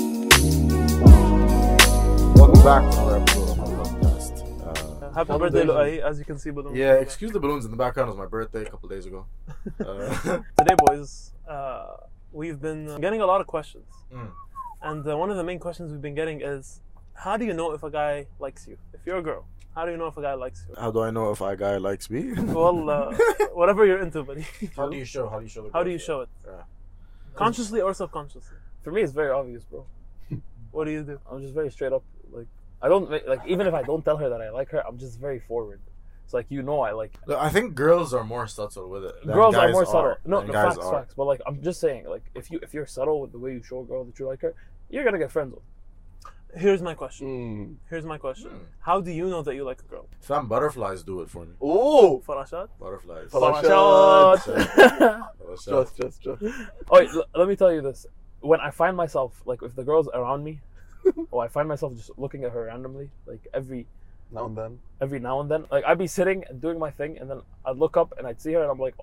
Uh, Happy Happy birthday, birthday. Lu'ai. As you can see, balloons. Yeah, excuse the balloons in the background. It was my birthday a couple days ago. Uh, Today, boys, uh, we've been getting a lot of questions. Mm. And uh, one of the main questions we've been getting is how do you know if a guy likes you? If you're a girl, how do you know if a guy likes you? how do I know if a guy likes me? Well, uh, whatever you're into, buddy. how do you show? How do you show? The How do you show it? Yeah. Consciously or subconsciously? For me, it's very obvious, bro. What do you do? I'm just very straight up. Like I don't make- like even if I don't tell her that I like her, I'm just very forward. It's like you know I like Look, I think girls are more subtle with it. than girls are guys more subtle. No, than no guys facts, are. facts. But like I'm just saying, like if you if you're subtle with the way you show a girl that you like her, you're gonna get friends with. Here's my question. Mm. Here's my question. Mm. How do you know that you like a girl? Fam, butterflies do it for me. Oh! Farashad? Butterflies. Follow Butterflies. Just, just, just. Oh, wait, l- let me tell you this. When I find myself like if the girl's around me, or I find myself just looking at her randomly, like every Now and then. every now and then, like I'd be sitting and doing my thing, and then I'd look up and I'd see her, and I'm like,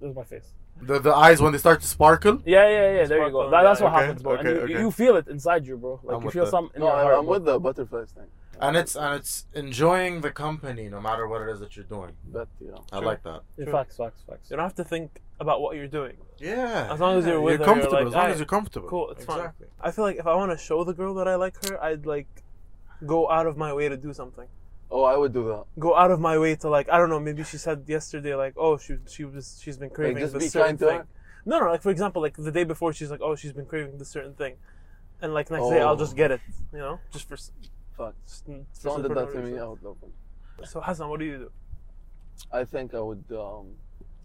there's my face. The, the eyes when they start to sparkle. Yeah, yeah, yeah. There you Sparkle, go. That, that's yeah, what okay, happens, bro. and okay, you, you- okay. you feel it inside you, bro. Like I'm you with feel that. some in No, your heart. I, I'm bro. with the butterflies thing. and it's and it's enjoying the company no matter what it is that you're doing. But, you know. I Sure. like that. Yeah, Sure. Facts, facts, facts. You don't have to think about what you're doing. Yeah. As long as you're with you're her, you're comfortable. like, as long "Aight, as you're comfortable. cool, it's fine." exactly. I feel like if I want to show the girl that I like her, I'd like go out of my way to do something. Oh, I would do that. Go out of my way to like I don't know. Maybe she said yesterday like oh she she was she's been craving Like, just be this certain kind to thing. her. No no like for example like the day before she's like oh she's been craving this certain thing, and like next day I'll Oh. just get it you know just for. s- Fuck. Just, for Someone did for no that to me. reason. I would love them. So Hassan, what do you do? I think I would, um,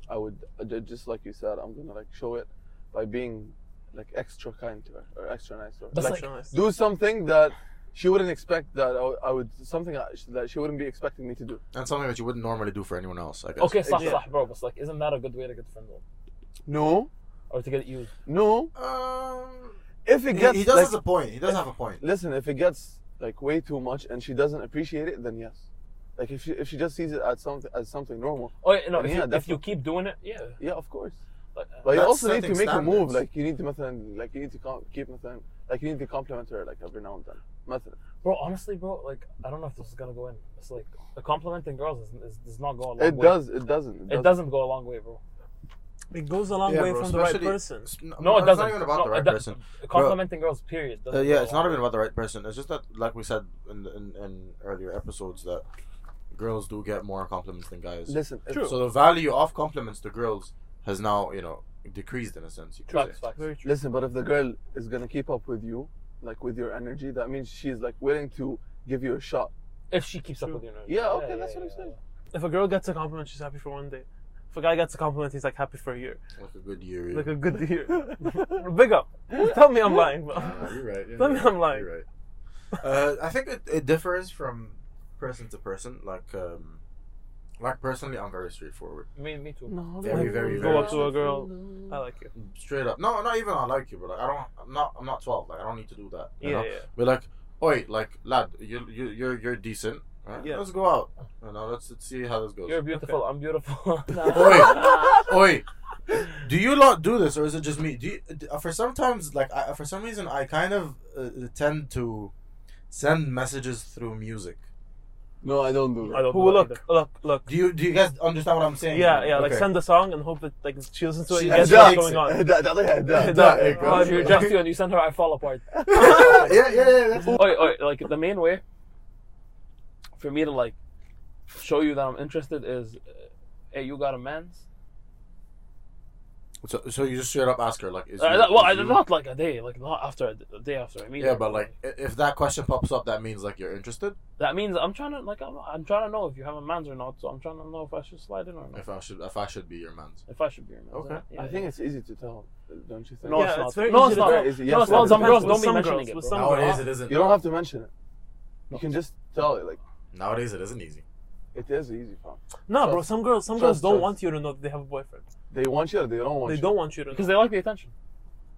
I would uh, ju- just like you said. I'm gonna like show it by being like extra kind to her or extra nice to her. That's Like, like- Rationalize. do something that she wouldn't expect that I, would- I would something I, that she wouldn't be expecting me to do. And something that you wouldn't normally do for anyone else, I guess. Okay, صح Yeah. صح bro. But like, isn't that a good way to get friends with? No, or to get used? no. Um, If he, it he gets does like, have a point. He does have a point. listen, if it gets like way too much and she doesn't appreciate it, then yes. Like if she if she just sees it as something as something normal, Oh yeah, no. Yeah, If, you, if definitely. you keep doing it, yeah. yeah, of course. Like, uh, But you That's also need to setting make a move. standards. Like you need to مثلا, like you need to com- keep مثلا, like you need to compliment her like every now and then. مثلا. bro, honestly, bro, like I don't know if this is gonna go in. It's like the complimenting girls is, is, does not go a long It way. does. It doesn't. It doesn't. It doesn't go a long way, bro. It goes a long Yeah, way bro, from the right especially- person. It's n- No, it it's doesn't. not even about No, the it right does- person. Complimenting girls, period. Uh, doesn't go yeah, a it's long not even way. about the right person. It's just that, like we said in, in, in earlier episodes, that girls do get more compliments than guys. Listen. if- True. So the value of compliments to girls has now, you know, decreased in a sense. You could Facts, say. facts. Very true. Listen, but if the girl is gonna keep up with you, like with your energy, that means she's like willing to give you a shot. If she keeps up True. with you, no, Yeah, okay, that's what I'm saying. If a girl gets a compliment, she's happy for one day. If a guy gets a compliment, he's like happy for a year, Like a good year. like a good year. Big up. Tell me I'm lying. bro. Oh, you're right. Tell me I'm lying. You're right. Uh, I think it, it differs from person to person. Like, um, like personally, I'm very straightforward. Me, me too. No, Very, very, Oh, Go very up to a girl. I like you. Straight up. No, not even I like you, but like I don't. I'm not. I'm not twelve. Like I don't need to do that. You Yeah, know? yeah. We're like, oi, like lad, you you you're you're decent. Right? Yeah. Let's go out. You know, let's, let's see how this goes. You're beautiful. I'm beautiful. Oi, oi. Do you lot do this, or is it just me? Do you, d- uh, for sometimes, like I, uh, for some reason, I kind of uh, tend to send messages through music. No, I don't do that. I don't Who do that look, either. look, look. Do you do you guys understand what I'm saying? Yeah, yeah. Like Okay. send a song and hope that like she listens to it She and gets likes what's it. going on. That- that- yeah, that- eh, That- that- Oh, Oh, if you're yeah. just you and you send her, I fall apart. yeah, yeah, yeah. That's Oi, oi, Oh, like the main way for me to like show you that I'm interested is, uh, hey, you got a man's? so, so you just straight up ask her like, is Uh, you- not- well, is I, you- not like a day, like not after a d- a day after. I mean, Yeah, but like i- if that question pops up, that means like you're interested. that means I'm trying to like I'm, I'm trying to know if you have a man's or not. So I'm trying to know if I should slide in or not. If I should, if I should be your man. If I should be your man. Okay. Yeah, I think it's easy to tell, don't you think? No, Yeah, it's not. it's very no, easy it's to not. tell. Is it no, yes it's or not. no? Some girls With don't be some mentioning girls, it. with bro. some- Nowadays it isn't. you don't have to mention it. You can just tell it. Like Nowadays it isn't easy. it is easy, fam. No, bro. Some girls, some girls Trust, don't trust. want you to know that they have a boyfriend. They want you or they don't want They you. don't want you to Because know. they like the attention.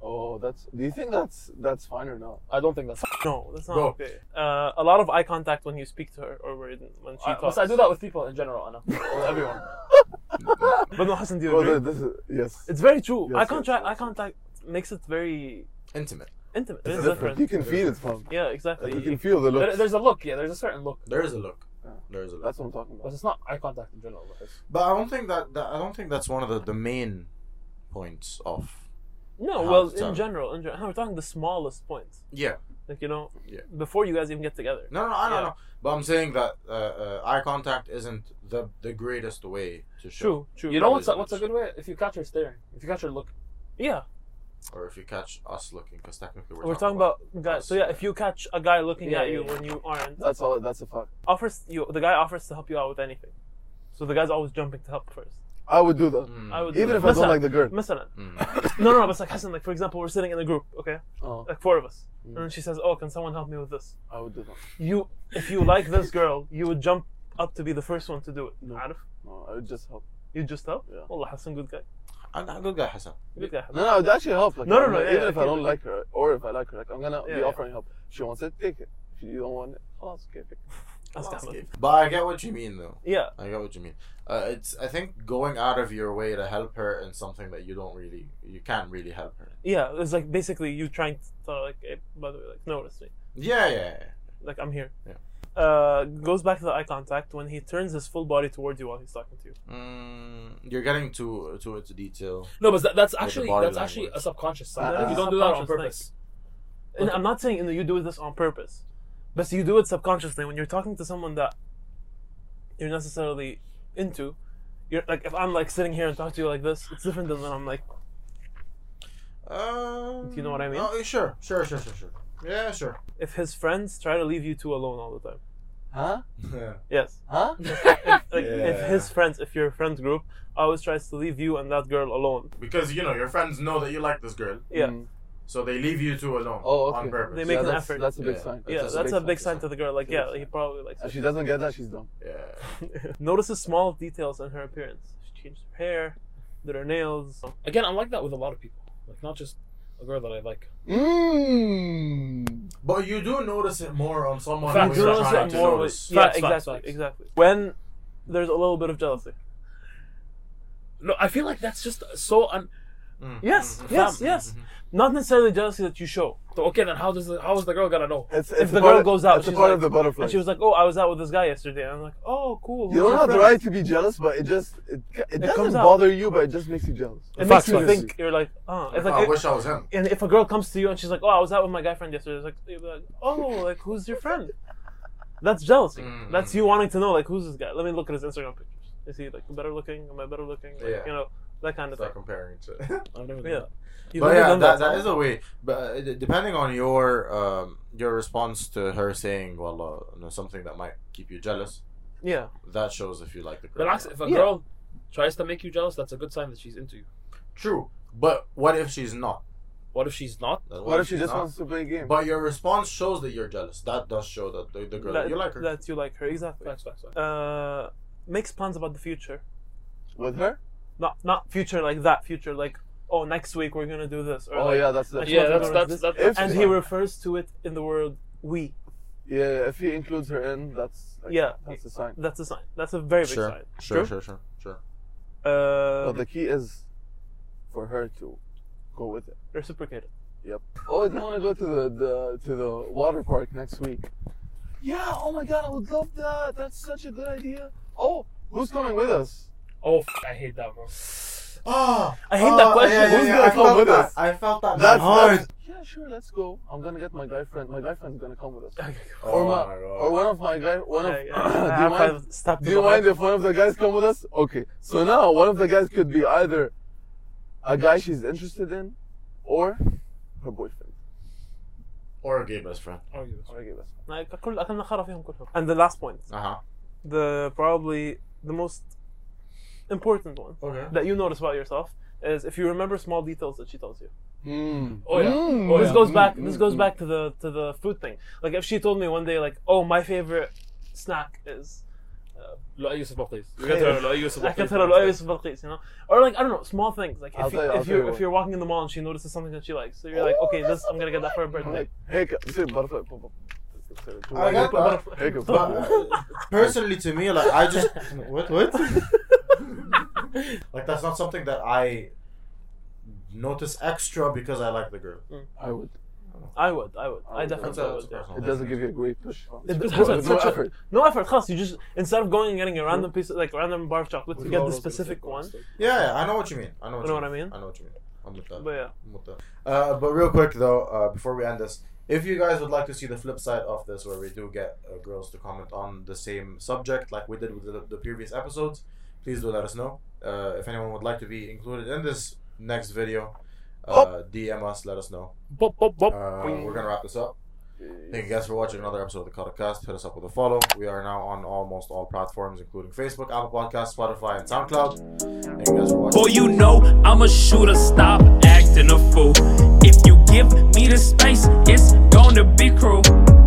Oh, that's. Do you think that's that's fine or not? I don't think that's. No, that's not Bro. okay. Uh, a lot of eye contact when you speak to her or when when she I, talks. I do that with people in general, I know. With everyone. But no, Hassan, do you Well, agree? th- this is, yes. It's very true. Yes, eye yes, contact, yes, eye contact makes it very Intimate. intimate. There's It's a different. difference. You can feel it, fam. Yeah, Like, exactly. you You- can feel the There, look. there's a look, yeah. There's a certain look, There is a look. Yeah. There is a look. That's what I'm talking but about. it's not eye contact in general. but it's- But I don't think that, that I don't think that's one of the, the main points of No, How well, it's done. in general, in general, we're talking the smallest points. yeah. Like you know, Yeah. before you guys even get together. No, no, I don't Yeah. know. But I'm saying that uh, uh, eye contact isn't the the greatest way to show. True, true. You know that what's is a, what's a nice. good way? If you catch her staring, if you catch her look, Yeah, Or if you catch us looking, because technically we're, we're, talking about guys. So yeah, us. if you catch a guy looking Yeah, at you yeah, yeah. when you aren't, That's all. That's a fact. offers you the guy offers to help you out with anything. So the guy's always jumping to help first. I would do that, Mm. I would even do if that. I don't Listen, like the girl. مثلا Mm. no no no but it's like Hassan like for example we're sitting in a group okay Oh, like four of us Mm. and then she says oh can someone help me with this I would do that. you if you like this girl you would jump up to be the first one to do it No. عارف No, I would just help. you just help Yeah. والله Hassan good guy I'm a good guy, Hassan. good guy No, no, I would actually help. Like, No, no, I'm no, like, yeah, even yeah, if I okay, don't but- like her or if I like her, like, I'm gonna Yeah, be yeah. offering help. If she wants it, take it. If you don't want it, I'll skip it. Hassan. But I get what you mean, though. yeah I get what you mean. Uh, it's I think going out of your way to help her in something that you don't really, you can't really help her. yeah it's like basically you trying to like eh, by the way like notice me Yeah, yeah, yeah. like I'm here Yeah. uh, goes back to the eye contact when he turns his full body towards you while he's talking to you. Mm, you're getting too too into detail. no, but that, that's the actually body that's actually language. a subconscious sign. Uh, you don't do that on subconscious, like- purpose. And I'm not saying you, know, you do this on purpose, but you do it subconsciously when you're talking to someone that you're necessarily into. You're like if I'm like sitting here and talking to you like this, it's different than when I'm like Um, Do you know what I mean? Oh, sure, sure, sure, sure, sure. Yeah, sure. if his friends try to leave you two alone all the time. Huh? Yeah. Yes, Huh? like Yeah. if his friends, if your friends group always tries to leave you and that girl Mm, alone, Because you know your friends know that you like this girl, yeah, Mm. so they leave you two alone Oh, okay. on purpose. They make an that's, effort. That's a big Yeah. sign. yeah, that's, a big sign, to the girl. Like That's a yeah, big he sign. probably likes. If she doesn't get that, she's dumb. yeah. Notices small details in her appearance. She changed her hair, did her nails. Again, I'm like that with a lot of people. Like not just a girl that I like. Mmm. But you do notice it more on someone Facts, who you're facts, trying facts. to More with- notice. yeah, Facts, exactly, facts, facts. exactly. When there's a little bit of jealousy. No, I feel like that's just so un. Mm. Yes, Mm-hmm. Mm. yes, Mm. yes. Not necessarily jealousy that you show. So, okay, then how does the, how is the girl gonna know? It's, If it's the part girl of- goes out, it's a she's part like- of the butterfly. And she was like, "Oh, I was out with this guy yesterday." And I'm like, "Oh, cool." who's you don't your have the friend?" right to be jealous, but it just it, it doesn't comes out. bother you, but it just makes you jealous. It makes Facts, you facts. think. You're like, "Oh, Like, it's I like." wish I was him. and if a girl comes to you and she's like, "Oh, I was out with my guy friend yesterday," it's like, you'd be like, "Oh, like who's your friend?" That's jealousy. Mm. That's you wanting to know, like, who's this guy? Let me look at his Instagram pictures. Is he like better looking? Am I better looking? Like, Yeah. You know that kind It's of thing. like comparing to. I've never Yeah. You've but never yeah, done that, huh? that is a way. But uh, d- depending on your um, your response to her saying, "Well, uh, you know, something that might keep you jealous," yeah. that shows if you like the girl. or Relax. not. If a Yeah. girl tries to make you jealous, that's a good sign that she's into you. True, but what if she's not? What if she's not? Then What if she she's just not? wants to play a game? But your response shows that you're jealous. That does show that the, the girl That- you like her. That you like her exactly. Facts, facts, facts. Uh, makes plans about the future. With her? Not not future like that. Future like oh next week we're gonna do this. Or Oh like, yeah, that's the Like, yeah, Yeah, that's that's- that's- that's, that's, that's- And that's he fine. refers to it in the word we. yeah. If he includes her in, that's like, Yeah. Uh, that's the sign. That's a sign. That's a very big Sure, sign. sure, sure, sure, sure. Uh, But the key is for her to go with it. reciprocated. Yep. Oh, I want to go to the, the to the water park next week. Yeah. Oh my God, I would love that. That's such a good idea. Oh, who's coming with us? oh, f- I hate that, bro. Oh, I hate that question. Who's gonna I come felt with that. us? I felt that. That's- That's hard. that's- Yeah, sure. Let's go. I'm gonna get my guy friend. My guy friend's gonna come with us. Oh or my, my God. or one of my guy. One of. Yeah, yeah. do High you mind? five, stab Do to you the mind heart. if one of the guys come with us? Okay. So now one of the guys could be either a guy she's interested in, or her boyfriend. Or a gay best friend. Argue Or a gay best friend. Like, كل- أكلنا خرا فيهم كلهم. And the last point, Uh huh. the probably the most important one Okay. that you notice about yourself is if you remember small details that she tells you. Mm. Oh, yeah. Mm. Oh, this yeah. goes back. Mm, This mm, goes mm. Hmm. back to the to the food thing. Like if she told me one day, like, oh, my favorite snack is لا أي سبب please. You get her, لا أي سبب I can please. tell her, "Oh, this is Balqis," you know, or like I don't know, small things. Like I'll if, you, tell you- I'll if tell you you're what. if you're walking in the mall and she notices something that she likes, so you're like, okay, this I'm gonna get that for her I'm birthday. like, hey, ca- see, butterfly. pop, pop. I got that. Hey, go. But uh, personally, to me, like I just what what like that's not something that I notice extra because I like the girl. I would. I would, I would, I would. definitely That's a- would. that's a Yeah. personal It doesn't give you a great push. It does- Well, it's no such a- effort. No effort, خلاص. You just instead of going and getting a random piece, of, like random bar of chocolate, you get the specific one. Yeah, yeah, I know what you mean. I know what You you know what I mean? I know what you mean. I'm with that. But yeah, I'm with that. Uh, but real quick though, uh, before we end this, if you guys would like to see the flip side of this, where we do get uh, girls to comment on the same subject like we did with the, the previous episodes, please do let us know. Uh, if anyone would like to be included in this next video, uh, DM us. Let us know. Bop, bop, bop. Uh, we're gonna wrap this up. Thank you guys for watching another episode of the Cuttercast. Hit us up with a follow. We are now on almost all platforms, including Facebook, Apple Podcasts, Spotify, and SoundCloud. Thank you guys for watching. Boy, you know I'm a shooter, stop acting a fool. If you give me the space, it's gonna be cruel.